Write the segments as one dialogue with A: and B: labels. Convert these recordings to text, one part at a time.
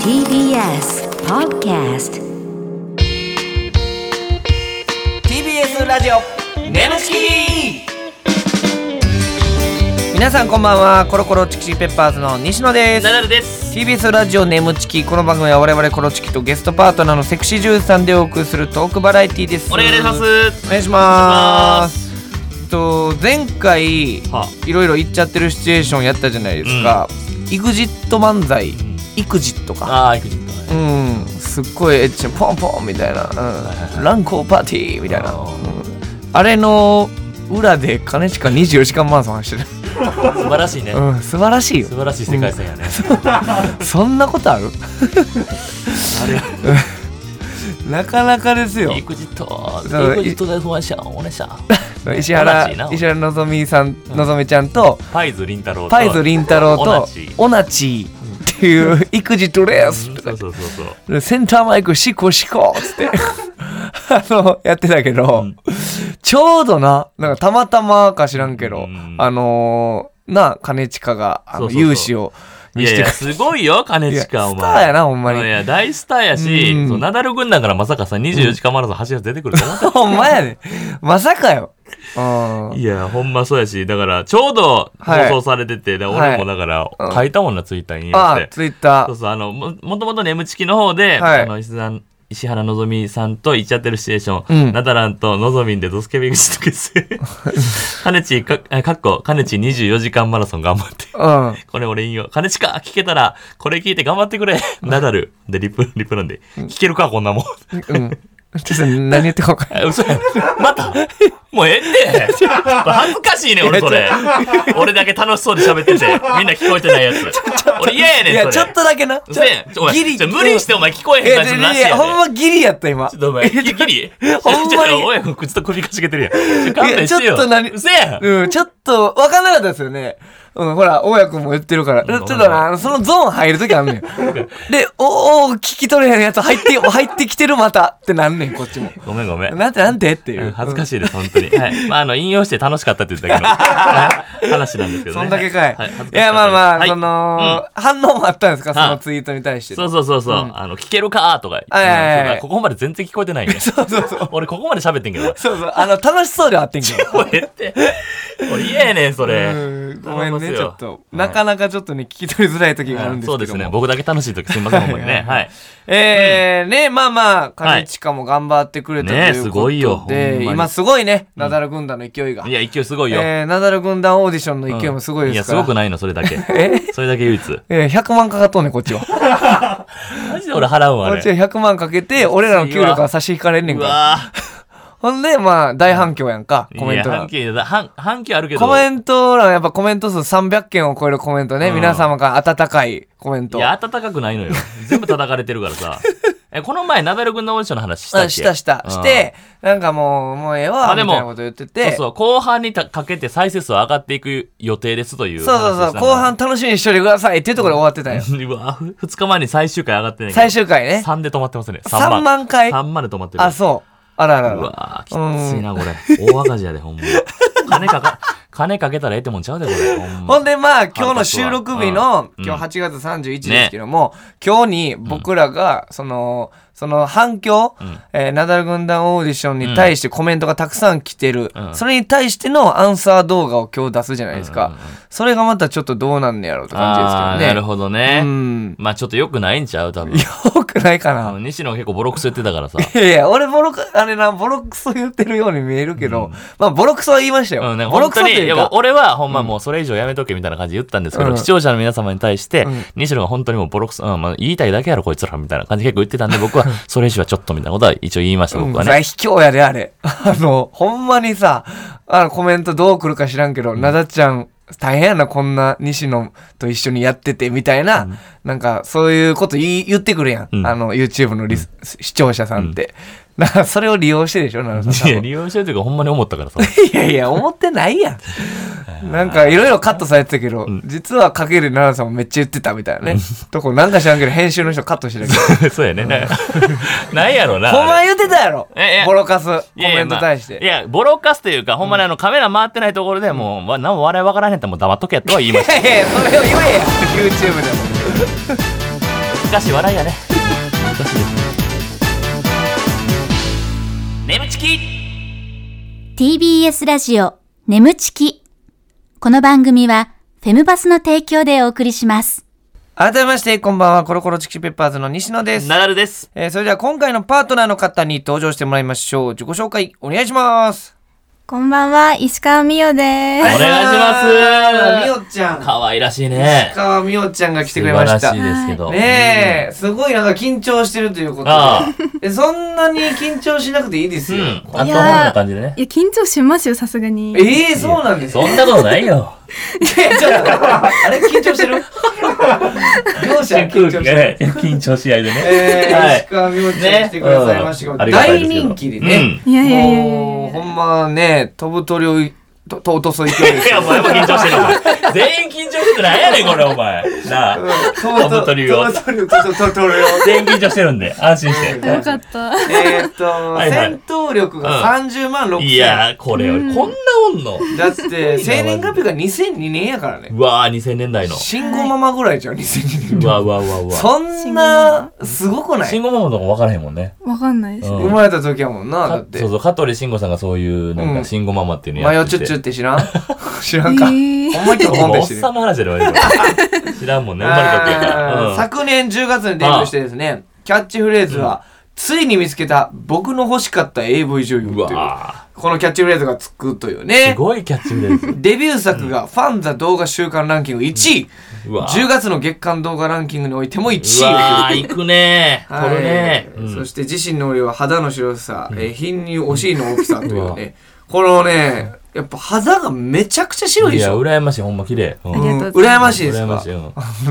A: TBS Podcast
B: TBS ラジオネムチキ皆さんこんばんはコロコロチキチキペッパーズの西野です
C: ナダルです。
B: TBS ラジオネムチキこの番組は我々コロチキとゲストパートナーのセクシージュースさんでお送りするトークバラエティです
C: お願いします。
B: お願いしますえっと前回い
C: は
B: ろいろ言っちゃってるシチュエーションやったじゃないですか、EXIT 漫才 EXIT か
C: ああ、行くじゃん
B: うん、すっごいエッチなポンポンみたいな、うん、乱行パーティーみたいな、うんあれの裏で金近24時間マラソン走ってる、
C: 素晴らしいね。
B: うん、素晴らしいよ
C: 素晴らしい世界線やね。
B: そんなことある
C: あ れ、
B: なかなかですよ
C: エクジット、
B: そう
C: エクジットで不安者、おねしゃ。
B: 石
C: 同
B: 原
C: じな
B: 石原のぞみさん、のぞみちゃんと
C: パイズ凛太郎と。
B: パイズ凛太郎
C: オナ
B: と
C: チー
B: オナチーっていう育児トレース
C: うんそうそうそうそう。
B: でセンターマイクシコシコっつって あのやってたけど、
C: ん
B: ちょうどななんかたまたまか知らんけど、
C: うん
B: あのーな兼近があ
C: そ
B: の
C: うそうそう
B: 勇姿を
C: い
B: 見
C: や
B: せ
C: い
B: て
C: や、
B: く
C: すごいよ、金
B: れて
C: 近、お
B: スターや
C: 前。
B: なほんまに
C: いや、大スターや
B: うん
C: し、そうナダル軍団からまさかさ、24時間マラソン走らせて出てくると思っ て。
B: ほんまやでまさかよ、うん
C: いや、ほんまそうやし、だから、ちょうど放
B: はい
C: 送されてて、で俺もだから
B: うん、
C: 書いたもんな、ツイッターに言
B: あ
C: って。
B: ツイッタ
C: そう
B: ー
C: そう、あの、ももともとね、M チキの方で、
B: はい
C: あの石田石原のぞみさんと言っちゃってるシチュエーション、
B: うん
C: ナダランとのぞみんでドスケベ口と結成。 かねちか、あかっこ、かねち24時間マラソン頑張って。
B: うん
C: これ俺引用。かねちか、聞けたら、これ聞いて頑張ってくれ。ナダル。で、リプ、リプなんで。聞けるか、こんなもん。
B: うんちょっと何言ってこうかんない
C: あ嘘やん。またもうええって。恥ずかしいね、俺それ。俺だけ楽しそうで喋ってて、みんな聞こえてないやつ。俺嫌やね
B: い
C: ん、それ。
B: やちょっとだけな
C: 嘘やんちょお前
B: ギリ
C: ちょ無理してお前聞こえ
B: い
C: へん
B: や
C: 感
B: い
C: じ
B: や
C: のないしやで
B: やほんまギリやった今
C: ちょっとお前、ギリ。
B: ほんまに
C: ちょっと親子口と首かしげてるやん。ちょ勘弁して
B: いやちょ
C: よ。
B: っと何
C: うせやん。
B: うん、ちょっと、わかんなかったですよね。うん、ほら、大家君も言ってるから。ちょっとな、あのそのゾーン入るときあんねん。 で、おお聞き取れへんやつ入って、入ってきてるまたってなんねん、こっち も。
C: ごめんごめん。
B: なんてなんてっていうう。
C: ん恥ずか
B: い。
C: しいです、本当に。はい。まあ、あの、引用して楽しかったって言ったけど、はい話なんですけど
B: そ
C: ね。
B: んだけかい。
C: はい
B: い、
C: 恥ずかしかったです
B: や、まあまあ、
C: はい
B: その、反応もあったんですか、そ
C: は
B: の
C: い
B: ツイートに対して。
C: そうそうそうそう、あの、聞けるかとか、
B: はいはいはい
C: うんここまで全然聞こえてないね。
B: そうそうそう。
C: 俺、ここまで喋ってんけど。
B: そうそう。あの、楽しそうではあってん けど。
C: もうええって。もう嫌やねん、それ
B: うん。ごめんね、ちょっと。な
C: 仲
B: かなかちょっとね、聞き取りづらい時があるんですけども。
C: そうですね。僕だけ楽しい時すみません、ほんまにね。はい。
B: えーねまあまあ兼近も頑張ってくれたと
C: はいね
B: いう
C: す
B: こと
C: ご
B: で、
C: いよほんまに
B: 今すごいねナダル軍団の勢いが、
C: いや、勢いすごいよ。
B: えーナダル軍団オーディションの
C: うん
B: 勢いもすごいですか
C: い
B: ら、
C: や、すごくないの、それだけ。
B: え
C: それだけ唯一。
B: えー100万かかっとんねんこっちはこ
C: マジで俺払う わ、あ
B: っちは
C: れ。
B: 100万かけて俺らの給料から差し引かれんねん
C: う
B: から
C: わぁ。
B: ほんでまあ大反響やんかコメント
C: いや
B: 欄
C: 反響だ反反響あるけど。
B: コメント欄やっぱコメント数300件を超えるコメントね、
C: うん
B: 皆様から温かいコメント
C: いや、温かくないのよ。全部叩かれてるか らさ。え、この前、ナダル君のオーディションの話したっけ
B: あしたした
C: うん
B: してなんかもうもうええわ
C: あ
B: みた
C: で
B: い
C: も
B: なこと言って
C: そう
B: て
C: そう、後半にたかけて再生数上がっていく予定ですという話
B: そうそうそう後半楽しみにしといてくださいっていうところで終わってたよ
C: そう。 うわ、ふ二日前に最終回上がってない
B: 最終回ね。
C: 3で止まってますね。
B: 3万回
C: 3万で止まってる。
B: あ、そう。あらら
C: う
B: ら。
C: わーきついな、これ。大赤字やで、ほんま。金か か、金かけたらええってもんちゃうで、これ。ほんま。
B: ほんでまあ今日の収録日の
C: うん
B: 今日8月31日ですけども、今日に僕らがその、その反響、
C: ん
B: えーナダル軍団オーディションに対してコメントがたくさん来てる、
C: うん
B: それに対してのアンサー動画を今日出すじゃないですか、
C: うんうんうん
B: それがまたちょっとどうなんねやろうって感じですけど
C: あー
B: ね
C: なるほどね。
B: うん
C: まあちょっと良くないんちゃう多分。
B: よくないか
C: あ
B: な
C: の西野が結構ボロクソ言ってたからさ。
B: いやいや俺ボロクあれなボロクソ言ってるように見えるけど、まあボロクソは言いましたよ、
C: うん、なんか
B: ボロ
C: 本
B: クソ
C: 当
B: と
C: に、い
B: いう
C: や
B: か
C: 俺はほんまもうそれ以上やめとけみたいな感じで言ったんですけど、
B: うん
C: 視聴者の皆様に対して、
B: うん
C: 西野が本当にもうボロクソ、うんまあ、言いたいだけやろこいつらみたいな感じで結構言ってたんで、僕はそれ以上はちょっとみたいなことは一応言いました、僕は
B: うん、
C: ね。
B: 卑怯やで、あれ。 あの、ほんまにさ、あのコメントどう来るか知らんけど、なだちゃん、大変やな、こんな西野と一緒にやってて、みたいな、なんか、そういうこと言い言ってくるやん。
C: うん
B: あの、YouTube のリス、視聴者さんって。なんか、それを利用してでしょ、なださん
C: いや、
B: 多分。
C: 利用してるというかほんまに思ったからさ。
B: いやいや、思ってないやん。なんか、いろいろカットされてたけど、実はかける奈良さんもめっちゃ言ってたみたいなね。とこ、なんか知らんけど、編集の人カットしてたけど。
C: そうやね。なんかなんやろな。
B: ほんま
C: あれ
B: 言ってたやろ
C: いやいや
B: ボロカス、コ
C: いやい
B: メ
C: や
B: ン
C: ま
B: ト
C: あ
B: 対して
C: い。や、ボロカスというか、ほんまにあのカメラ回ってないところでもう、わなんも笑いわからへんやったらもう黙っとけとは言いました。
B: いやいやそれを言えや YouTube でも
C: 難しい笑いやね難しいですね眠ちき
D: TBS ラジオ眠ちきこの番組はフェムバスの提供でお送りします
B: 改めまして、こんばんは、コロコロチキチキペッパーズの西野です。
C: ナダルです
B: えーそれでは今回のパートナーの方に登場してもらいましょう。自己紹介お願いします。
E: こんばんは、石川美代で
C: お願いします
B: みおちゃん。
C: 可愛らしいね
B: 川みおちゃんが来てく
C: 素晴
B: れま
C: ら
B: し
C: したい。ですけど
B: ねえ、すごいなんか緊張してるということ
C: ああ
B: で。えそんなに緊張しなくていいです
C: うん
B: よ。
C: あとはな感じでね
E: す。いや、緊張しますよ、さすがに。
B: ええそうなんですか
C: そんなことないよ
B: えちょっと、あれ緊張 してる両者
C: 空
B: 緊
C: 気
B: 張し
C: が
B: てる
C: ね。緊張し合いでね
B: えー
C: はい
B: 石川みおちゃん来てくださいました
C: うん
B: け
C: あ
B: ど、
C: りがたい
B: 大
C: ですけど
B: 人気でね。
E: いやいやいやいや
B: もう、ほんまね、飛ぶ鳥をい、と、と落とす勢いで
C: い
B: すよ
C: や、お前も緊張してるお前。全員緊張しててなんやねん、これ、お前。なあ。
B: 飛
C: ぶ鳥を
B: 飛ぶ鳥を、飛ぶ鳥を。
C: 全員緊張してるんで、安心して。
E: よかった。
B: えーっと、
C: はいはい
B: 戦闘力が30万6千。
C: いやー、これ、こんなおんの。
B: だって、生年月日が2002年やからね。
C: うわー、2000年代の。
B: 信号ママぐらいじゃん、2002
C: う
B: 年。
C: わうわうわうわ。
B: そんな、すごくない
C: 慎吾ママのとか分からへんもんね。
E: わかんないで
C: う
E: す。
B: 生
C: ん
B: まれた時やもんな、だ
C: か
B: って
C: そう。そう、香取慎吾さんがそういう、なん
B: うん
C: か、慎吾ママっていうの
B: マ
C: や
B: ヨ
C: っ
B: チュ
C: てて。
B: ッチュって知らん知らんか。
E: え
B: 思
E: ー
B: いっきり
C: も
B: コン
C: うお
B: ペ
C: っ
B: してる
C: さ。んの話やろ、 今知らんもんね、生まれたっていうから。
B: あ
C: う
B: ー
C: ん
B: 昨年10月にデビューしてですね、キャッチフレーズは、ついに見つけた僕の欲しかった AV 女優っていう
C: うわ
B: このキャッチフレーズがつくという
C: ー、す
B: ね。
C: ごいキャッチフレーズ。
B: デビュー作がファンザ動画週間ランキング1位、
C: うわー
B: 10月の月間動画ランキングにおいても1位
C: うわー、行くねー。
B: はい
C: 取るねー。うん
B: そして自身の量は肌の白さ、えー貧乳お尻の大きさというう
C: わ
B: ねこのねやっぱ肌がめちゃくちゃ白いで
C: い
B: し
C: や、
B: ょ
C: 羨ましい、ほんま綺麗。うん
E: ありがとう
B: うん
E: ござい
B: 羨
E: ま
B: ましいです
C: 羨ま
B: か
C: しい。うん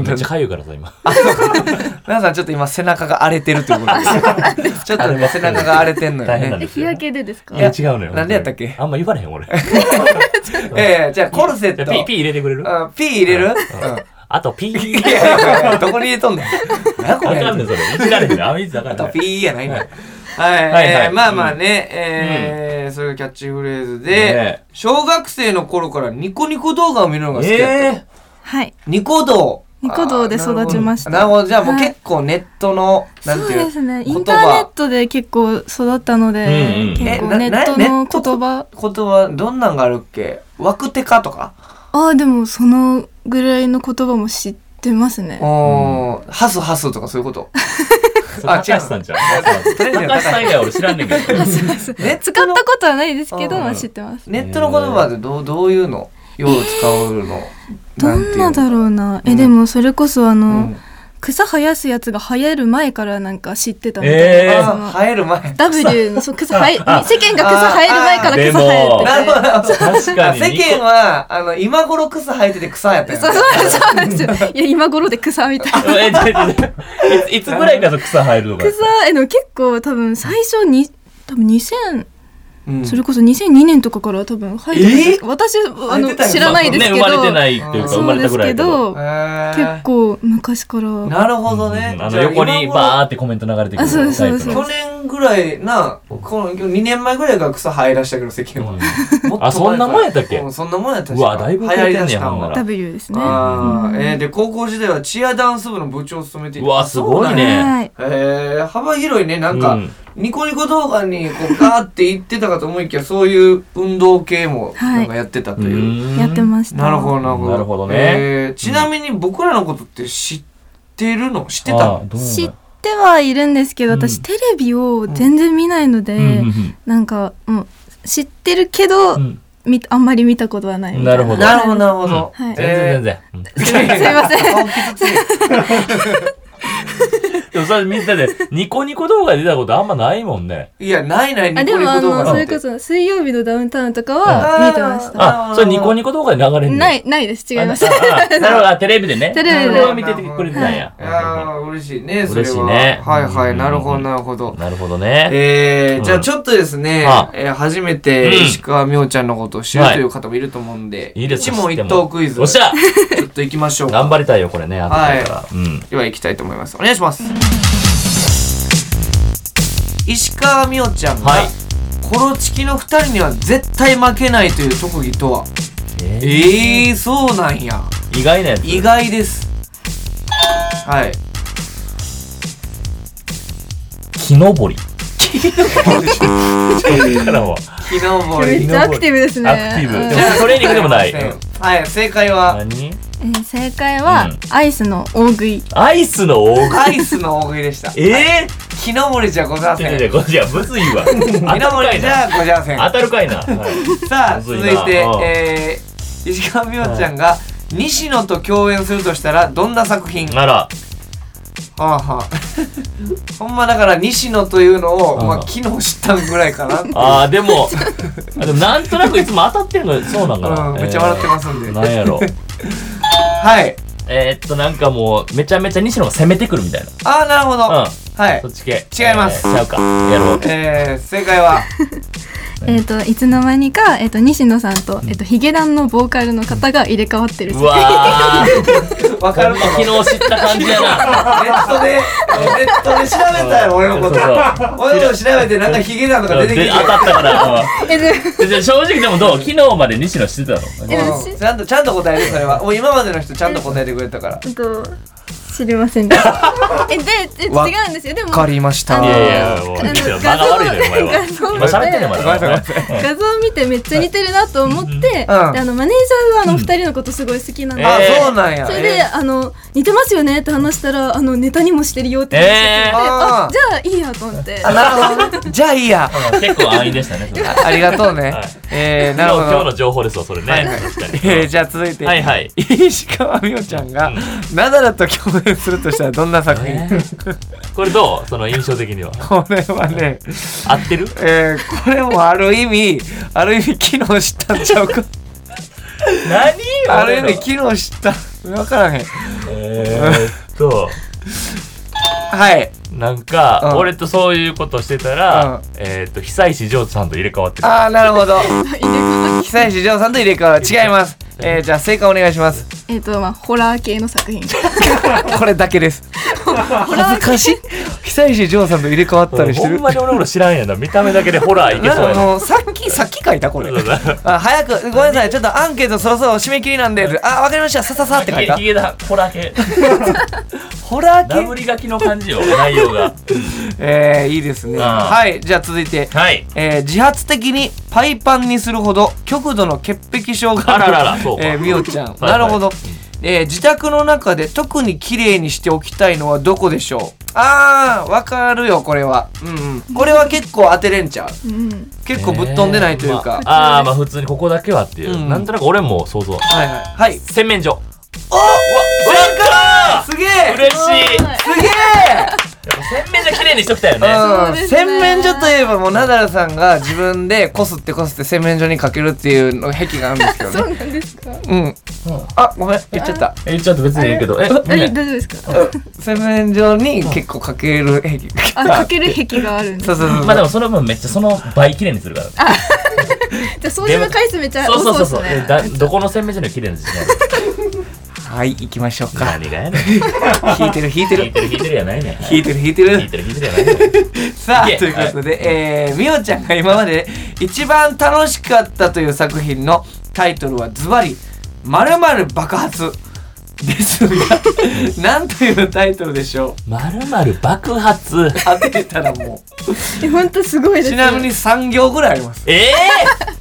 C: めっちゃかゆいからさ、今。
B: 皆さんちょっと今背中が荒れてるということですちょっとね背中が荒れてんのよ
C: 大変なん
B: ね
C: ですよ。
E: けでですか
C: いや、違うのよ。
B: なんでやったっけ
C: あんま言われへん、俺。
B: ええじゃあコルセ
C: じ
B: ッ
C: ゃあ
B: ト
C: ピー、ピー入れてくれる
B: あピー入れる
C: あと、ピ
B: うんい
C: ー。
B: やいやいやどこに入れとんねんな
C: あ
B: んこれ
C: かんねん、それ。いじられへんねん。あ、いつあか
B: あ
C: んね
B: と
C: ん
B: ピーやないのはい、
C: はいはい
B: えーまあまあね、えーそれがキャッチフレーズで、
C: ね
B: 小学生の頃からニコニコ動画を見るのが好きだった、
C: え
E: はい。
B: ニコ動
E: ニコ動で育ちました
B: あーなるほどなるほどじゃあもう
E: はい
B: 結構ネットの、な
E: そ
B: ん
E: う
B: ていう
E: ですね。イ
B: 言
E: ンターネッ
B: 葉
E: トで結構育ったの
C: うんう
E: で
C: ん、
E: 結
B: え
E: 構
B: な
E: ネ
B: な
E: ットの
B: ネット
E: 言葉。
B: 言葉どんなんがあるっけワクテカとか
E: ああ、でもそのぐらいの言葉も知ってますね。
B: おーハスハスとかそういうこと
C: ぇ高橋さんじゃん。高橋さん以外俺知らんねんけど。
B: ネッ
E: 使っ
B: トの
E: たことはないですけど、
B: うん
E: まあ知ってます。
B: ネットの言葉でどうどういうのよう使うの
E: どんなだ
B: う
E: ろうな。
B: う
E: え、
B: ん
E: でもそれこそあ
B: う
E: の
B: ん、
E: 草生やすやつが生える前からなんか知ってたみたいな。
C: え
E: そ
B: あ
E: の
B: ー生える前
E: W のそう草生え世間が草生える前から
C: で
E: 草
C: も
E: 生えてて
B: なるほど
C: 確かに
B: 世間はあの今頃草生えてて草やったよね
E: そうそうそうなんですよ。いや、今頃で草みたいな。
C: え、ちょちょちょいついつぐらいから草生えるのか。
E: 草、え、でも結構多分最初に、多分2000、
B: うん
E: それこそ2002年とかから多分生えてるんですか私、
B: 生
E: あ
B: えて
E: の、
B: たんだ
E: 知らないですけ
C: ね、生
E: ど。
C: まれてないっていうか、
B: そう
C: 生まれたぐらいだけど。
E: そうですけど、
B: 結
E: 結構昔から。
B: なるほ
C: うん
B: どね。
C: あの横に
B: ー
C: バーってコメント流れてくる
E: あそうです
C: タイプ
E: そうです
C: の。
B: 去年ぐらいな、この2年前ぐらいから草生え出したけど、世間は。もっと前から
C: あそんなもんやったっけ
B: うんそんなもんやった
C: うわだいぶ
B: 流
C: 遅
B: 行
C: れ
B: り
C: て
B: 出
C: んね
B: し
C: や
B: たん
C: ほんな
B: は
C: ら。
E: W ですね。は
B: あーえーで、高校時代はチアダンス部の部長を務めていた
C: うわすごいね
E: い。
B: えー、幅広いね、なんか、
C: うん
B: ニコニコ動画にこうガーって言ってたかと思いきや、そういう運動系も
E: はい
B: なんかやってたという。
E: やってました。
B: なるほど、なるほど。
C: なるほどね
B: えーちなみに僕らのことって知ってるの知ってた
C: あ
B: の
C: どうなん
E: 知ってはいるんですけど、
C: う
E: 私
C: ん
E: テレビを全然見ないので、
C: うんうん
E: なんか、うん、知ってるけど、
C: うんうん
E: みあんまり見たことはないみた
C: な
E: い
C: るほど
B: なるほど、なるほど。
E: はい
C: 全然全然。うん
B: すい ません。顔傷ついて
C: でもそれみんなでニコニコ動画で出たことあんまないもんね。
B: いや、ないない、
E: あ
B: ニ
E: で
B: コニ
E: も
B: コ
E: あ
B: 動画
E: の
B: な
E: そ
B: ん
E: れ
B: て
E: こ。そ「水曜日のダウンタウン」とか
B: うん
E: は見てました、
C: あ、それニコニコ動画で流れるの
E: ないないです違います
C: あああなるほど、あテレビでね。
E: テレビで
C: それは見ててくれてたんや。
B: あー嬉しいね、それは。
C: 嬉しいね
B: はいは
C: う
B: い、
C: ん
B: なるほど、なるほど。
C: なるほどね。
B: え
C: う
B: ー、
C: ん
B: じゃあちょっとですね
C: はあ、
B: えー初めて
C: うん
B: 石川美穂ちゃんのことを知るという方もいると思うんで、
C: いいです
B: 一
C: か
B: 問
C: 知って
B: 一
C: も
B: 答クイズ、
C: おっし
B: ちょ
C: ゃ
B: っと行きましょう
C: 頑
B: か。
C: 張りたいよ、これね。後だから。うん。
B: では行きたいと思います。お願いします。石川美穂ちゃんが
C: はい、
B: コロチキの二人には絶対負けないという特技とは
C: え
B: えー、そうなんや。
C: ー意外なやつ。
B: 意外です。はい。
C: 木登り。木登り。からは
B: 木登
E: め
B: り。
E: っちゃアクティブですね
C: アクティブ。
E: うん
C: でもトレーニングでもない。うん
B: はい、正解は、
C: 何
E: えー正解は、
C: うん
E: アイスの大食い
C: アイスの大食い。
B: アイスの大食いでした。
C: え
B: 木登りじゃございま
C: ぇ
B: せ
C: 違
B: ん。
C: う違う、これじゃあむずい わ。当
B: 木
C: たる
B: 登
C: か
B: り
C: い
B: じゃ
C: な。
B: ございません。
C: 当たるかいな。はい
B: さあ続いて
C: むずいなうん
B: えー、石川美桜ちゃんが、西野と共演するとしたらどんな作品、は
C: なら、
B: あはあ ほんまだから西野というのを、
C: うん
B: まあ、昨日知ったんぐらいかな
C: ああ、でも、あでもなんとなくいつも当たってるの、そうなんかな。
B: うんめっちゃ笑ってますんで
C: えーなんやろ。
B: はい
C: えーっと、なんかもう、めちゃめちゃ西野が攻めてくるみたい
B: ああなるほど、
C: な。うん。
B: はい
C: そっち系。
B: 違います
C: えーちゃうか。やろう。
B: えー、正解は
E: えっといつの間にか、えっと西野さんと、えっとヒゲダンのボーカルの方が入れ替わってる
C: うわー。
B: わかるかな
C: 昨日知った感じや な。
B: ネットでネットで調べたよ俺のこと
C: そう
B: 俺のこと調べてなんかヒゲダンとか出てきて
C: で当たったから。
E: えで
C: うんで正直でもどう昨日まで西野知ってたの
E: でも
B: うんちゃんとちゃんと答えてそれはもう今までの人ちゃんと答えてくれたから
E: えっと知りませんでした えでえ違
B: わ
E: うんですよでも
B: りました
C: いやいや、もう、
E: あの
C: 間
E: 画
C: が
E: 像
C: 悪いね、お前は。
E: 画像
C: 今喋ってんねま
B: ごめんなさいごめん
C: だ
B: な。
E: 画像を見てめっちゃ似てるなと思って、であのマネージャーがあの二人のことすごい好きなので、
C: うん
B: あ、
C: えー
B: そうなんや
E: それで、
B: えー
E: あの似てますよねって話したらあのネタにもしてるよって話してくれて、
C: えー
E: あ
B: あー
E: じゃあいいやと思って
B: あなるほどねじゃあいい や
C: うん結構安易でした ね、それ。
B: あありがとうね
C: はい。
B: えー、な
C: 今
B: る
C: 日
B: ほど。
C: 今日の情報ですわ、それ
B: はい
C: ね
B: はい。
C: 確か
B: えー
C: に。
B: じゃあ続いて、
C: はいはい。
B: 石川美桜ちゃんが、ナダルと共演するとしたらどんな作品、
C: えこれどうその印象的には。
B: これはね、
C: 合ってる
B: えー、これもある意味、ある意味機能知ったんちゃうか。
C: 何
B: ある意味機能知った。わからへん。
C: えーっと、
B: はい。
C: なんか、
B: うん
C: 俺とそういうことしてたら、
B: うん
C: えーっと、久石譲さんと入れ替わってる。
B: あー、なるほど。久石譲さんと入れ替わる。違います。えー、じゃあ正解お願いし ます。
E: えっ、とまあホラー系の作品
B: これだけです。恥ずかしい。久石譲さんと入れ替わったりして
C: ほ
B: る
C: ん。まに俺のこと知らんやな。見た目だけでホラーいけ
B: なん
C: そう
B: か
C: や
B: あ
C: な。
B: のさっきさっき書いたこれ
C: そうだな
B: あ早くごめんなさいちょっとアンケートそろそろ締め切りなんであわかりましたさささって書いた
C: ヒゲだ、ホラー系。
B: ホラ
C: ダ
B: ー
C: ブ
B: 系
C: リ書きの感じよ、内容が。
B: えー、いいですね
C: あー
B: はいじゃあ続いて、
C: はい。
B: えー、自発的にパイパンにするほど極度の潔癖症がある
C: あらららそうか
B: えー、みおちゃん、
C: いはい
B: なるほど、えー、自宅の中で特に綺麗にしておきたいのはどこでしょうあーわかるよこれはうん、うん、これは結構当てれんちゃう
E: うん
B: 結構ぶっ飛んでないというか、
C: えーまああーまあ普通にここだけはっていう、
B: うん
C: なんとなく俺も想像
B: はいはいはい
C: 洗面所
B: お
C: 正解
B: すげえ
C: 嬉しいやっ
B: すげ
C: ぱ洗面所綺麗にしときたいよね、
E: そう
B: え、う
E: で
B: ん、
E: すね
B: 洗面所といえばもうナダルさんが自分でこすってこすって洗面所にかけるっていうの癖があるんですけど
E: そ
B: ね
E: うなんですか
B: うんあごめん言っちゃった
C: えちょっと別にいいけどえ
E: え大丈夫ですか
B: 洗面所に結構かける癖
E: あかける壁があるんで
B: そうそうそうそう、
C: まあでもその分めっちゃその倍綺麗にするから
E: じゃあ掃除の回数めっちゃ
C: そう
E: 多
C: そう
E: そう
C: そう
E: で
C: そ
E: す
C: う、え
E: ね
C: だどこの洗面所にも綺麗にしない
B: はい行きましょうか
C: 何がやねん引
B: 引いてる引いて
C: い
B: る
C: てる引いてるや ないねん
B: 引いてる引いて
C: 引い
B: る
C: てる引いてるやないねん
B: さあ
C: いけ
B: ということで、えー、みおちゃんが今まで一番楽しかったという作品のタイトルはズバリまるまる爆発ですが なんというタイトルでしょう
C: まるまる爆発
B: 当てたらも
E: え本当すご いうです
B: ちなみに3行ぐらいあります
C: ええ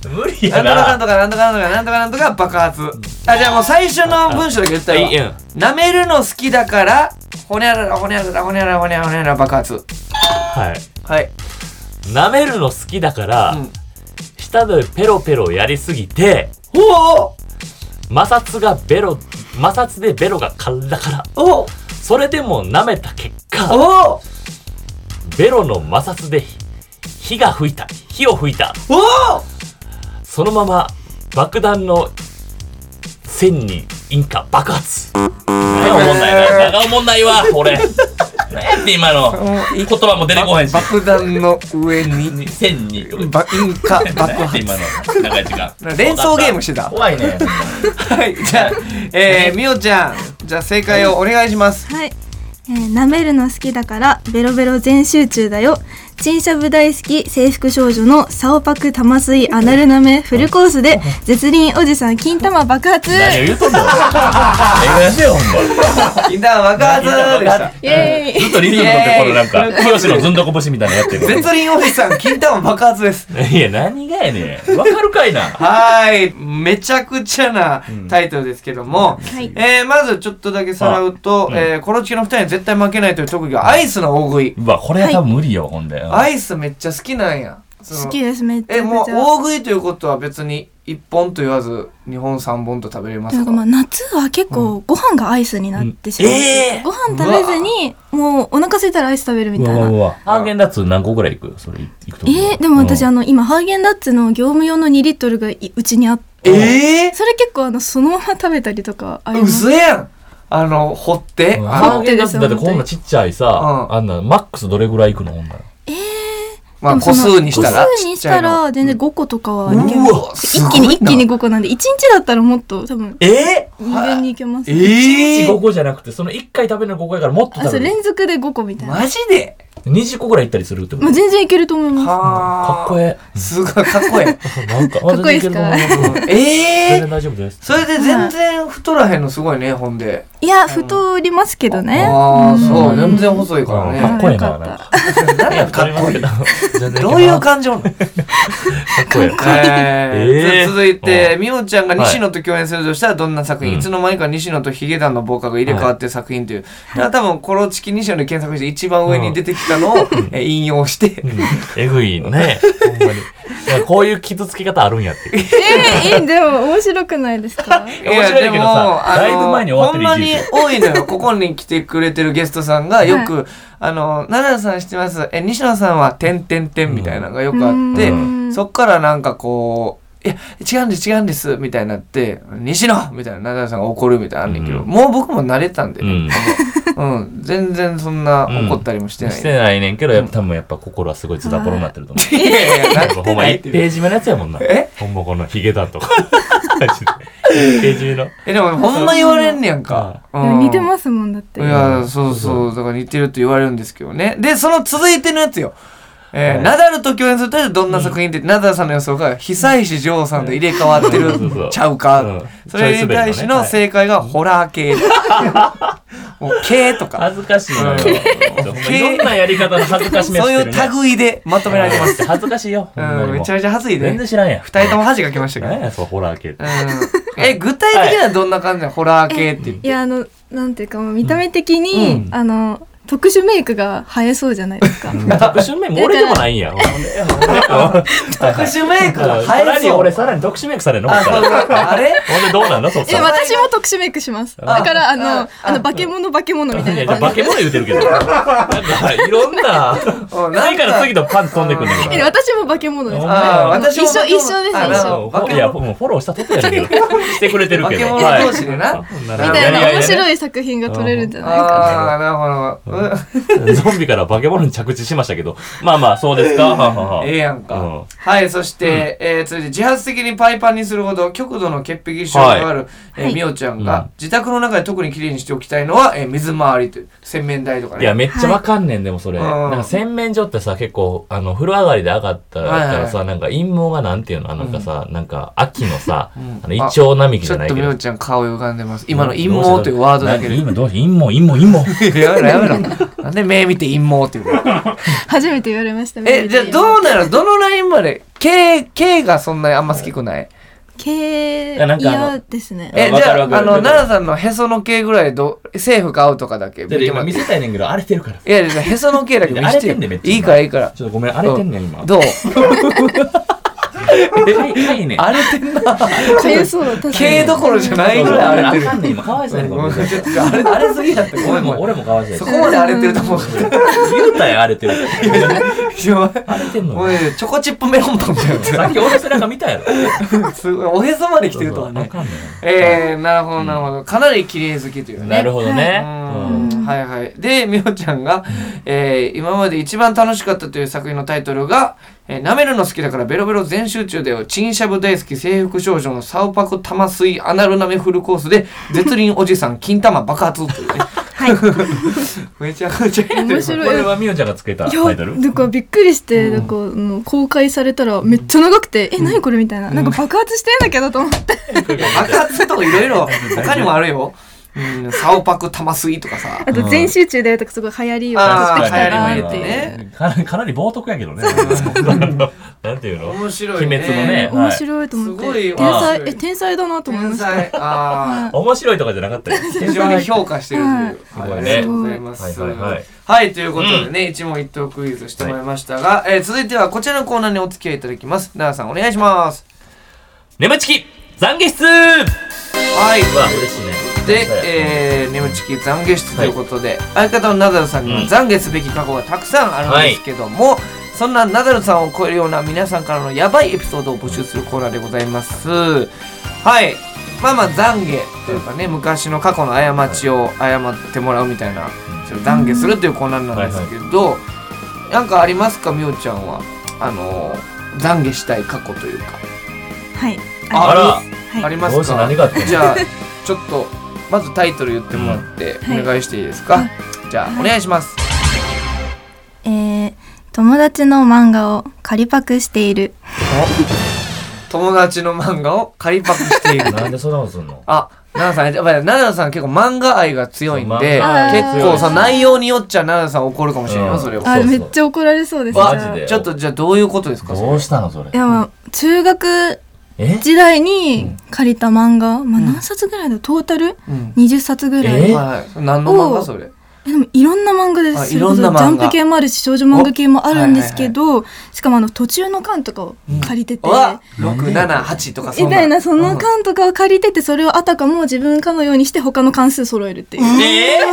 C: ー、無理
B: な
C: や
B: んとかな
C: なん
B: とかなんとかなんとかなんとかなんとか爆発あじゃあもう最初の文章だけ言った
C: いい
B: ら
C: や
B: なめるの好きだからほにゃららほにゃららほにゃららほにゃららほにゃらら爆発
C: はい
B: はい
C: 舐めるの好きだから、
B: うん
C: 舌でペロペロやりすぎて
B: おお
C: 摩擦がベロ摩擦でベロがカラカラ
B: おお
C: それでも舐めた結果
B: おお
C: ベロの摩擦で火が吹いた火を吹いた
B: お
C: そのまま爆弾の線に引火爆発何やおもんないな長おもんないわ俺何やって今の
B: お
C: 言葉も出てこへんし
B: 爆弾の上 に
C: 線にとか
B: ば引 火
C: 何
B: 爆
C: やって
B: 発
C: 今の長い時間
B: 連想ゲームしてた
C: 怖いね
B: はいじゃあえーみおちゃんじゃあ正解をお願いします
E: はい、えー舐めるの好きだからベロベロ全集中だよチンしゃぶ大好き制服少女のサオパク玉水アナルナメフルコースで絶倫おじさん金玉 爆発
C: 何を言うとんの映画やせよほんま
B: 禁断爆発でした
E: イエーイ
C: ずっとリズム取ってこのなんか清のずんどこ星みたいなのやって る
B: 絶倫おじさん禁断爆発です
C: いや何がやねんわかるかいな
B: はーいめちゃくちゃなタイトルですけども、
E: はい
B: えーまずちょっとだけさらうと、
C: うん
B: えーコロチキの二人に絶対負けないという特技はアイスの大食いう
C: わこれは多分無理よほんで
B: アイスめっちゃ好きなんやその
E: 好きですめっちゃ
B: えもう
E: くちゃ
B: 大食いということは別に1本と言わず2本3本と食べれま
E: な
B: す
E: ん
B: か
E: かまあ夏は結構ご飯がアイスになってしまう、
C: うんえー
E: ご飯食べずにもうお腹空いたらアイス食べるみたいな
C: ハーゲンダッツ何個ぐらいいくそれいいくと
E: えー、でも私、
C: うん
E: あの今ハーゲンダッツの業務用の2リットルがいうちにあって
B: え
E: それ結構あのそのまま食べたりとかあ
B: ー、
E: ります
B: 嘘やんあの掘って、
C: うん
B: あ
C: ハ
B: の
C: ーゲンダッツだってこんなちっちゃいさ
B: う、ん
C: あんなマックスどれぐらいいくのほんなら
B: まあ
E: でもそ
B: 個
E: の
B: 数にしたら
E: 個数にしたら全然5個とかはいけ
B: う
E: ま
B: わ
E: す
B: すご
E: 一
B: いな
E: 気に一気に5個なんで1日だったらもっと多分
C: え
E: 2分にいけます、
B: え
C: 一日5
B: ー、
C: 個じゃなくてその1回食べるの5回からもっと
E: あそ
C: 食
E: う
C: べる
E: 連続で5個みたいな、
B: マジで
C: 20個ぐらいいったりするってこと
E: まあ、全然いけると思います
B: は
C: かっこ
B: え
C: え
B: えすごいかっこえ
C: えなんか
E: かっこいいっすか
C: あ全然けると思い ます
B: ええ
C: 全
B: ー
C: 然大丈夫です
B: それで全然太らへんのすごいねほんで
E: いや太りますけどね
B: ああそ
E: ん
B: う全然細いから
C: かっ
B: ね
C: こええな
E: よかっ
B: 何やかっこいいど
C: ど
B: ういう感情なの
C: かっこえええ
B: え
C: ー
B: ー、続いて、
C: う
B: みおちゃんが西野と共演するとしたらどんな作品、
C: はい
B: い、つの間にか西野とヒゲダンのボーカルが入れ替わってる作品という、だから多分コロチキ西野で検索して一番上に出てきたのを、えー引用して、
C: うんえぐいねほんまにいやこういう傷つき方あるんやっていう
E: えー、えーでも面白くないですか
C: 面白いけどさだいぶ前に終わって
B: ほん
C: る
B: ま
C: 一
B: に
C: 時期
B: 多いのよ。ここに来てくれてるゲストさんがよく、
E: は
B: あの、奈々さん知ってます。え、西野さんは、てんてんてんみたいなのがよくあって、
E: うん
B: そっからなんかこう、いや、違うんです、違うんです、みたいになって、西野みたいな、奈々さんが怒るみたいなのあんねんけど、
C: うん
B: もう僕も慣れたんで
C: う
B: ね、
C: ん
B: うん。全然そんな怒ったりもしてない。
C: してないねんけどやっぱ多分やっぱ心はすごいズタボロになってると思う
B: いやいや、なっ
C: ほ
B: て
C: んま
B: ないっ
C: 1
B: て
C: ペ
B: いう。
C: ージ目のやつやもんな。
B: え
C: ほんまこのヒゲだとか。マジで1ページ目の。
B: え、でもほんま言われんねやんか。
E: でも似て
B: す
E: ますもんだって
B: いや、そう
C: そ
B: そう、だから似てると言われるんですけどね。で、その続いてのやつよ。えー
C: はい
B: ナダルと共演するとどんな作品って、ナダルさんの予想が久石譲さんと入れ替わってる
C: そうそうそう
B: ちゃうか、
C: うん
B: それに対しての正解がホラー系、もう系とか
C: 恥ずかしいのよ。
B: うん
C: ほんまいろんなやり方の恥ずかしめを
B: そう
C: して
B: い
C: るね
B: う類でまとめられてます、
C: 恥ずかしい よ。ほんま
B: うん、
C: にもう
B: めちゃめちゃ恥ずいで
C: 全然知らんやん。
B: 二人とも恥がきましたけど、
C: 何や、そう、ホラー系っ
B: う
C: て。
B: ん、え具体的にはどんな感じなのホラー系って言っ
E: い
B: て
E: やあのなんていうかもう見た目的に、
C: うん
E: あの特殊メイクが映えそうじゃないですか。
C: 特殊メイク、俺でもないんや。ほんまに
B: 特殊メイクが
C: さら
B: 入
C: に
B: る
C: 俺、
B: そう
C: さらに特殊メイクされんのほん
B: あ
C: で
B: そうそうあれ
C: どうなんのそっ
E: え
C: さ。
E: 私も特殊メイクします。だからあのあの化け物化け物みた
C: い
E: い
C: や
E: な
C: 化
E: 感じ
C: け
E: で。
C: 物言うてるけど。なんか、いろんな、
B: うんなん
C: 次から次とパンツ飛んでくんねんけど
E: え私も化け物です。
C: あ
B: ああ、私も
E: 一緒一緒です
B: あ
E: 一
B: なる
E: 緒
B: ほど化
C: い
B: け
C: や、
B: 物
C: もうフォローしたとこやねんけど。してくれてるけど。
B: 化け物同士でな
C: はいそん
B: み
C: なの
E: みたい
C: や
E: な
C: り合い
E: 面
C: でね
E: 白い作品が撮れるんじゃないか。
B: ああ、なるほど。
C: ゾンビから化け物に着地しましたけど。まあまあ、そうですか。ははは
B: うんええやんか。
C: うん
B: はい、そして、えー続いて自発的にパイパンにするほど極度の潔癖症がある、え
E: は
B: ー
E: い
B: みおちゃん
C: うん
B: が、自宅の中で特に綺麗にしておきたいのは、えー水回りという、洗面台とかね。
C: いや、めっちゃわかんねん、でもそれ。
B: うん
C: なんか洗面所ってさ、結構、あの、風呂上がりで上がったから
B: は
C: さ、なんか陰謀がなんていうのなんかさ、なんか秋のさ
B: ん、
C: あの、イチョウ並木
B: ち
C: じ
B: ょ
C: ゃな
B: っ
C: い
B: と
C: け
B: みお
C: ど。
B: ちゃん顔歪んでます。今の陰謀というワードだけで。
C: 何今どうし陰謀、陰謀、陰謀。
B: やめろやめろ。なんで目見て陰謀っていう の
E: 初めて言われました。
B: え、じゃあどうなのどのラインまで ?K、K がそんなにあんま好きくない
E: 系
C: やなんかあの
E: 嫌ですね。
B: え、
C: わ
B: じ
C: か
B: ゃ
C: る
B: あ、あ
C: わかる
B: の、奈々さんのへその毛ぐらいど、セーフか合うとかだけ見てもらって。
C: たいねんけど、荒れてるから。
B: いやいや、へその毛だけ見せて
C: 荒れてんねんめっ
B: よ。
C: ちゃ
B: いいからいいから。
C: ちょっとごめん、荒れてんねん、今。
B: どう
C: はい、はいねん。
B: 荒れてんな。
E: かゆそう確かに。
B: 毛どころじゃないぐらい荒れてる。
C: あかんねん、今、かわいそうやねん、こ
B: ごめ
C: れ
B: んちょっと荒れ荒れすぎやって。ごめ
C: 俺
B: んご
C: も、
B: めん。
C: 俺もかわいそうや
B: そこまで荒れてると思う。
C: 言うたやん、荒れてる。
B: いや
C: 荒れてん
B: お前
C: のよ。
B: おいチョコチップメロンパンみたいに
C: さ
B: なっ
C: っき俺背中見たやろ。
B: てる。すごい。おへそまで来てるとは
C: わ
B: ね。
C: かんね
B: えー、なるほどなるほど。かなり綺麗好きという
C: え
B: ね。
C: なるほどね。
B: うんはいはい。で、みおちゃんが、えー今まで一番楽しかったという作品のタイトルが、えー舐めるの好きだからベロベロ全集中だよ、チンしゃぶ大好き制服少女の サオパク玉水アナルナメフルコースで、絶倫おじさん金玉爆発というね。
E: はい。
B: めちゃくちゃやって
E: 面
B: る。
E: 白い。
C: これはみおちゃんがつけた
E: い
C: タイ
E: や、
C: トル
E: なんかびっくりして、なんか、うん公開されたらめっちゃ長くて、え、何これみたいな。なんか爆発してんだけどと思って。
B: 爆発とかいろいろ、他にもあるよ。うん、サオパク玉すいとかさ
E: あ。と、全集中だよとかすごい流行りを取って
B: あー
E: きたなーっ
B: 流行りもあ
E: て
B: る
E: いう。
B: ね
C: かなかなり冒涜やけどねなんていうの
B: 面白い
C: 鬼
B: ね。
C: 滅のね
E: 面白いと思っ
B: すごい
E: て。
B: わ
E: 天才
B: 面、白い
E: え、天才だなと思いま
B: 天
E: した。
B: 才。ああ。
C: 面白いとかじゃなかったよ
B: 非常に評価してるという。
C: はい
B: あ
C: はい
B: りがとうございます。
C: はいはいはい
B: はいということでね、一問一答クイズしてもらいましたが、えー続いてはこちらのコーナーにお付き合いいただきます。奈良さんお願いします。
C: 眠ちき懺悔室わ
B: はい。
C: 嬉しいね
B: で、えー、眠ちき懺悔室ということで、相方のナダルさんには
C: うん
B: 懺悔すべき過去がたくさんあるんですけども、そんなナダルさんを超えるような皆さんからのヤバいエピソードを募集するコーナーでございます。はい。まあまあ懺悔というかね、昔の過去の過ちを謝ってもらうみたいな、ちょっと懺悔するというコーナーなんですけど、なんかありますか、みおちゃんは。あのー、懺悔したい過去というか。
E: はい。
B: あ
C: あら
B: あ
E: は
B: り
E: い。
B: ます
C: どうして
B: か
C: 何があったの
B: じゃあちょっとまずタイトル言ってもらって
E: うん
B: お願いしていいですか、
E: はい
B: じゃあお願いします
E: えー、友達の漫画を借りパクしている。
B: 友達の漫画を借りパクしている
C: なんでそんなことすんの
B: あ奈々さんやっぱり奈々さん結構漫画愛が強いんで
C: 漫画
E: 愛
B: 結構
C: 強
B: さ
C: い
B: 内容によっちゃ奈々さん怒るかもしれないよ
C: うん
B: それを
E: あ、
C: そうそ
E: め
C: う
E: っちゃ怒られそうです。
C: マ
E: じゃあ
C: ジで
B: ちょっとじゃあどういうことですかそれ
C: どうしたのそれ
E: いや、まあ、中学
C: え
E: 時代に借りた漫画、まあ、何冊ぐらいだろうトータル
B: うん
E: 20冊ぐらい、
C: え
B: はい、何の漫画それ
E: えでもいろんな漫画です
B: あ
E: それこ
B: い
E: そ
B: ろんな漫画
E: ジャンプ系もあるし少女漫画系もあるんですけど、しかもあの途中の巻とかを借りてて、
B: は678とかそん
E: み
B: な
E: たいなその
B: うん
E: 巻とかを借りててそれをあたかも自分かのようにして他の関数揃えるっていう、
C: え
B: う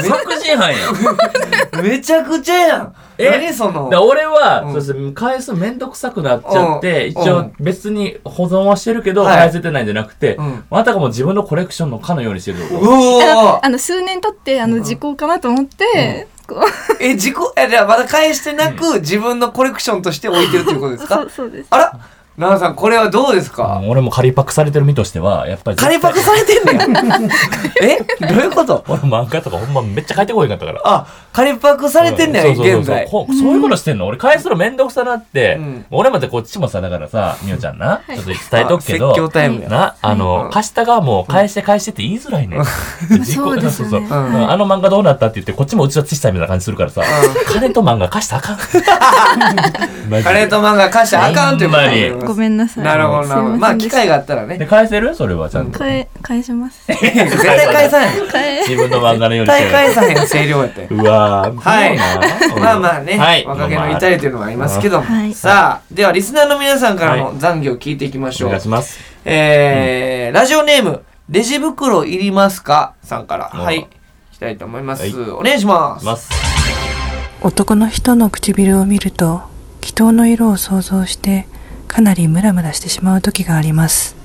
C: ー作人犯やん
B: わめちゃくちゃやん
C: え
B: 何その
C: だから俺は、
B: うん
C: そうです返すのめんどくさくなっちゃって、
B: うん
C: 一応別に保存はしてるけど、
B: はい
C: 返せてないんじゃなくて、
B: うん
C: あたかも自分のコレクションのかのようにしてるって
B: う
C: こ
B: おー
E: あの数年経ってあの時効かなと思って、こ
B: え、自己、え、じゃあまだ返してなく、自分のコレクションとして置いてるということです
E: う
B: か
E: そうそうです
B: あら奈々さん、これはどうです
C: と
B: か
C: 俺も仮パクされてる身としては、やっぱり。
B: 金パクされてんねんえどういうこと
C: 俺漫画とかほんまめっちゃ書いてこいんかったから。
B: あ、金パクされてんね、
C: うんそうそうそう
B: 現在。
C: こうそういうことしてんの俺返すのめんどくさなって、
B: うん
C: 俺までこっちもさ、だからさ、みおちゃんな、ちょっと伝えとくけ
B: あ
C: ど、
B: 説教タイムや。
C: な、あの、貸した側も返して返してって言いづらいね。 実行
E: そうですよね
C: そうそううんあの漫画どうなったって言って、こっちもうちは小さいみたいな感じするからさ、金と漫画貸したらあかん。 マジで
B: カレーと漫画貸してあかんということになります
E: ごめんなさい
B: なるほど、なるほど。まあ、機会
E: が
B: があったら
C: で、
B: ね。
C: 返せるそれはちゃんと。
E: 返返 します
B: 絶対返さへん。絶
E: 返
C: 自分の漫画のように
B: 対返さへん、声量やったよ
C: うわぁ、
B: はい
C: そうなうん
B: まあまあね、
C: はい
B: 若気の至りというのがありますけども、
E: まあはい
B: さあ、ではリスナーの皆さんから
C: は
B: の懺悔を聞いていきましょ
C: お
B: う
C: 願い。します。
B: えーラジオネーム、レジ袋いりますかさんから、
C: うん
B: はい、いきたいと思います。
C: はい
B: お願いします。
C: ます。
F: 男の人の唇を見ると祈祷の色を想像してかなりムラムラしてしまう時があります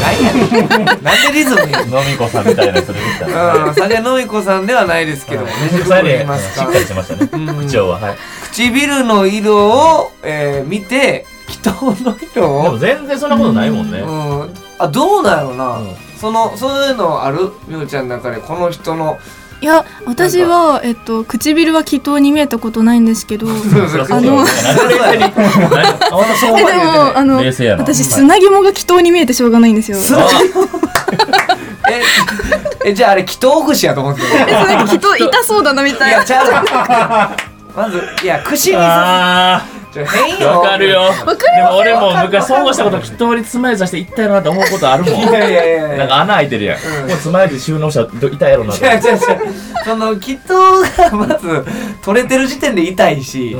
B: 何やねんなんでリズムに
C: 飲み子さんみたいな人出てきた
B: う
C: ね
B: ん、酒飲み子さんではないですけども、レジ
C: そ
B: 袋
C: れ
B: い
C: で
B: りま
C: し
B: す
C: っ
B: か
C: かりしてましたね。口調は。はい。
B: 唇の色を、えー見て、祈祷の色
C: でも
B: を、
C: 全然そんなことないもんね。
B: うん、あ、どうなんやろな、
C: うん
B: その、そういうのあるみおちゃんの中で、この人の、
E: いや私は、えっと、唇は祈祷に見えたことないんですけど
C: そりゃ
B: あ
C: そうだよね。何で冷静に。何あまたそう
E: えでも
B: 言うてない
E: あの
C: 冷静やな。
E: 私砂肝が祈祷に見えてしょうがないんですよ。
B: す え、え、じゃああれ、祈祷串やと思ってた
E: えそれ祈祷痛そうだなみた
B: い
E: いな
B: や、。ちゃうわまず、いや、串にさ
C: あ
B: ちょ変
C: ー
B: よ。
C: わかるよ。。
E: かる
C: でも俺も昔損したこときっとにつまようじ刺して痛いなって思うことあるもん。
B: いやいやいやいや。
C: なんか穴開いてるやん。
B: うん
C: もうつまようじ収納したら痛いやろうなと
B: 違う
C: 思
B: 違う違
C: っ
B: う。その、祈祷がまず、取れてる時点で痛いし、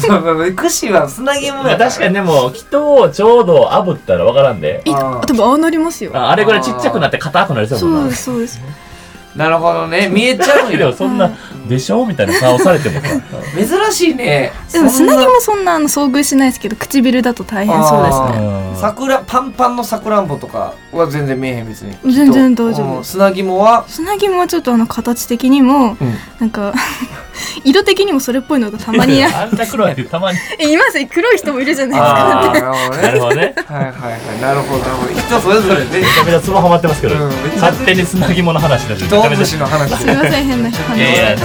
B: その、串は砂肝
C: て。
B: や。
C: 確かにでも、きっとちょうど炙ったらわからんで。
E: い
B: あー
E: 多分ああなりますよ。
C: ああれぐらいちっちゃくなって硬くなりそうや
E: そ
C: も
E: うんで
C: な。
E: すそうです。
B: なるほどね。見えちゃうん
C: でも
B: よ。
C: そんな、でしょみたいな顔されてもさ。
B: 珍しいね。
E: でも
B: そんな
E: 砂肝もそんなあの遭遇しないですけど唇だと大変そうですね。
B: あー桜、パンパンのさくらんぼとかは全然見えへん、別に。
E: 全然大丈夫
B: うん砂肝は、
E: 砂肝はちょっとあの形的にも
B: うん
E: なんか 色的にもそれっぽいのがたまに あ
C: あんた黒いってたまに。
E: えいますね黒い人もいるじゃないですか
C: あ
B: なるほどね
C: あ、なるほどね。
B: はいはいはいなるほどなるほど人それぞれで
C: めちゃめちゃツボハマってますけど、
B: うん
C: 勝手につなぎもの話だし、めち
B: 動
C: ゃめ
B: 物
C: ち
B: の話
E: すみません変な
C: ゃ。
E: 話
C: いやいや、楽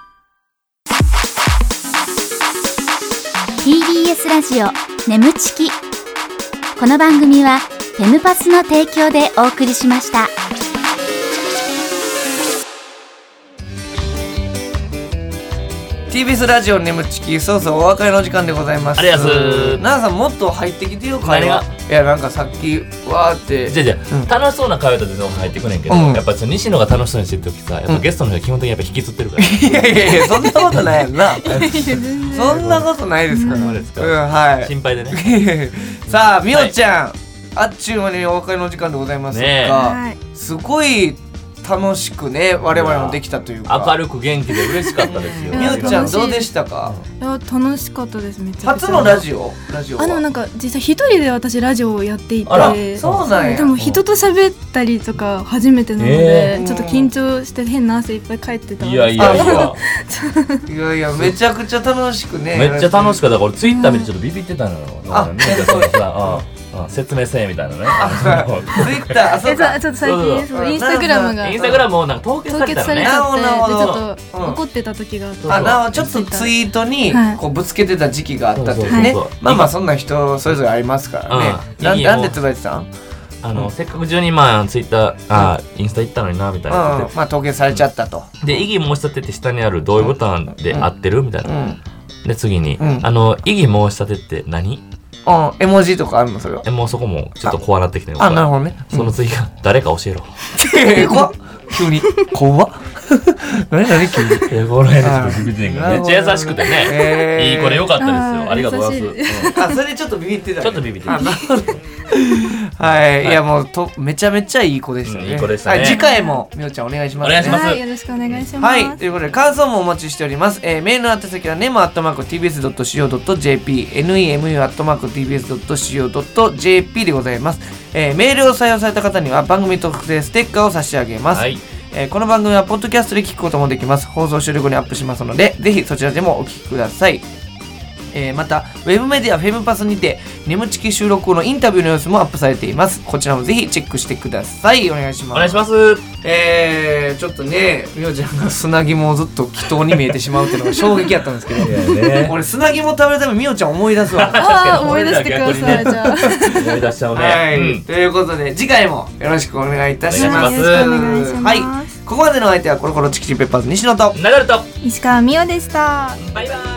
D: TBS ラジオ眠ちきこの番組はフェムパスの提供でお送りしました
B: で TBS ラジオ眠ちきそうそうお別れの時間でございます
C: ありがとうございます
B: なあさんもっと入ってきてよ会
C: 何が
B: 話いやなんかさっきわーって
C: じゃあじゃあ
B: うん
C: 楽しそうな会話だと全然入ってくねんけど、
B: うん
C: やっぱその西野が楽しそうにしてる時さ、やっぱゲストの人が基本的にやっぱ引きずってるから。
B: いやいやいやそんなことないやん なそんなことないですから
C: そうですか
B: うん はい
C: 心配でね。
B: さあみおちゃん、あっちゅう間にお別れの時間でございますが、
C: ね
E: はい
B: すごい楽しくね我々もできたというか
C: 明るく元気で嬉しかったですよ。
E: い
B: み
E: や
B: おちゃ
E: 楽
B: ん
E: しい
B: どうでしたか
E: いや楽しかったですめちゃくちゃ
B: 初のラジオラジオは
E: あでもなんか実際一人で私ラジオをやっていて
C: あら
B: そうなんや
E: でも人と喋ったりとか初めてなので、
B: えー
E: ちょっと緊張して変な汗いっぱいかいてた
C: いやいやいや、
B: いやいやめちゃくちゃ楽しくね
C: めっちゃ楽し
B: く
C: かった。俺ツイッター見てちょっとビビってたのよ。
B: あ
C: なんかねそのさ、ああ説明せえみたいなね。
B: ツイッターあそ
E: え
B: う
E: ちょ
B: か
E: ちょっと最
C: そうそ
E: 近
C: う
E: そのインスタグラムが
C: インスタグラムをなんか凍結
E: 凍
C: され
E: 結
C: た
E: さ
C: の
E: れ
C: ね
E: ち。
B: な
E: ゃって
B: るほど
E: でちょっと
B: うん
E: 怒ってた時があって、
C: そう
B: あなおちょっとツイートに
E: はい
B: こうぶつけてた時期があったっていう
E: はい
B: ねまあまあそんな人それぞれありますからね
C: うん
B: なん
C: いいよ
B: なんでつぶやいてたんうん
C: あの、せっかく10人前ツイッター、ああ、インスタ行ったのにな、みたいな言ってて。
B: まあ凍結されちゃったと
C: で、異議申し立てって下にある同意ボタンで合ってるみたいうな。
B: ん
C: で、次に、
B: うん
C: あの、異議申し立てって何
B: うん絵文字とかあるのそれは
C: え、もうそこもちょっと怖なってきてる
B: あなるほどね
C: その次が、誰か教えろ。
B: え 怖っ急に怖っ 何何急に
C: いや、この辺ちょっとビビってんけど
B: はい
C: めっちゃ優しくて
B: へー
C: ね。いい子でよかったです
E: あー
C: よ。ありがとうございます
E: 優。
C: うん
B: あそれちょっとビビってた
C: ちょっとビビってる
B: あなるほどはいいやもうとめちゃめちゃいい子でしたね
C: うんいい子でしたね
B: はい次回もみおちゃんお願いしますね
C: お願いします
E: はいよろしくお願いします、
B: はい、ということで感想もお待ちしております。えーメールの宛先は nemu.tbs.co.jp、nemu.tbs.co.jp でございます、えーメールを採用された方には番組特製ステッカーを差し上げます。
C: はい
B: えーこの番組はポッドキャストで聞くこともできます。放送終了後にアップしますので、ぜひそちらでもお聞きください。えーまた、ウェブメディアフェムパスにて、眠ちき収録後のインタビューの様子もアップされています。こちらもぜひチェックしてください。お願いします。
C: お願いします。
B: えー、ちょっとねみおちゃんが砂肝をずっと祈祷に見えてしまうっていうのが衝撃やったんですけど
C: ね
B: 俺砂肝食べるためにみおちゃん思い出すわ、は
E: ああ思い出してくださいじゃあ
C: 思い出しちゃう
B: い
C: ね。
B: ということで次回もよろしくお願いいたしま
C: お願い
B: す
C: します
E: よろしくお願いします
B: はいここまでのお相手はコロコロチキチキペッパーズ西野と
C: うん流れと、
E: 石川美代でした
C: バイバイ。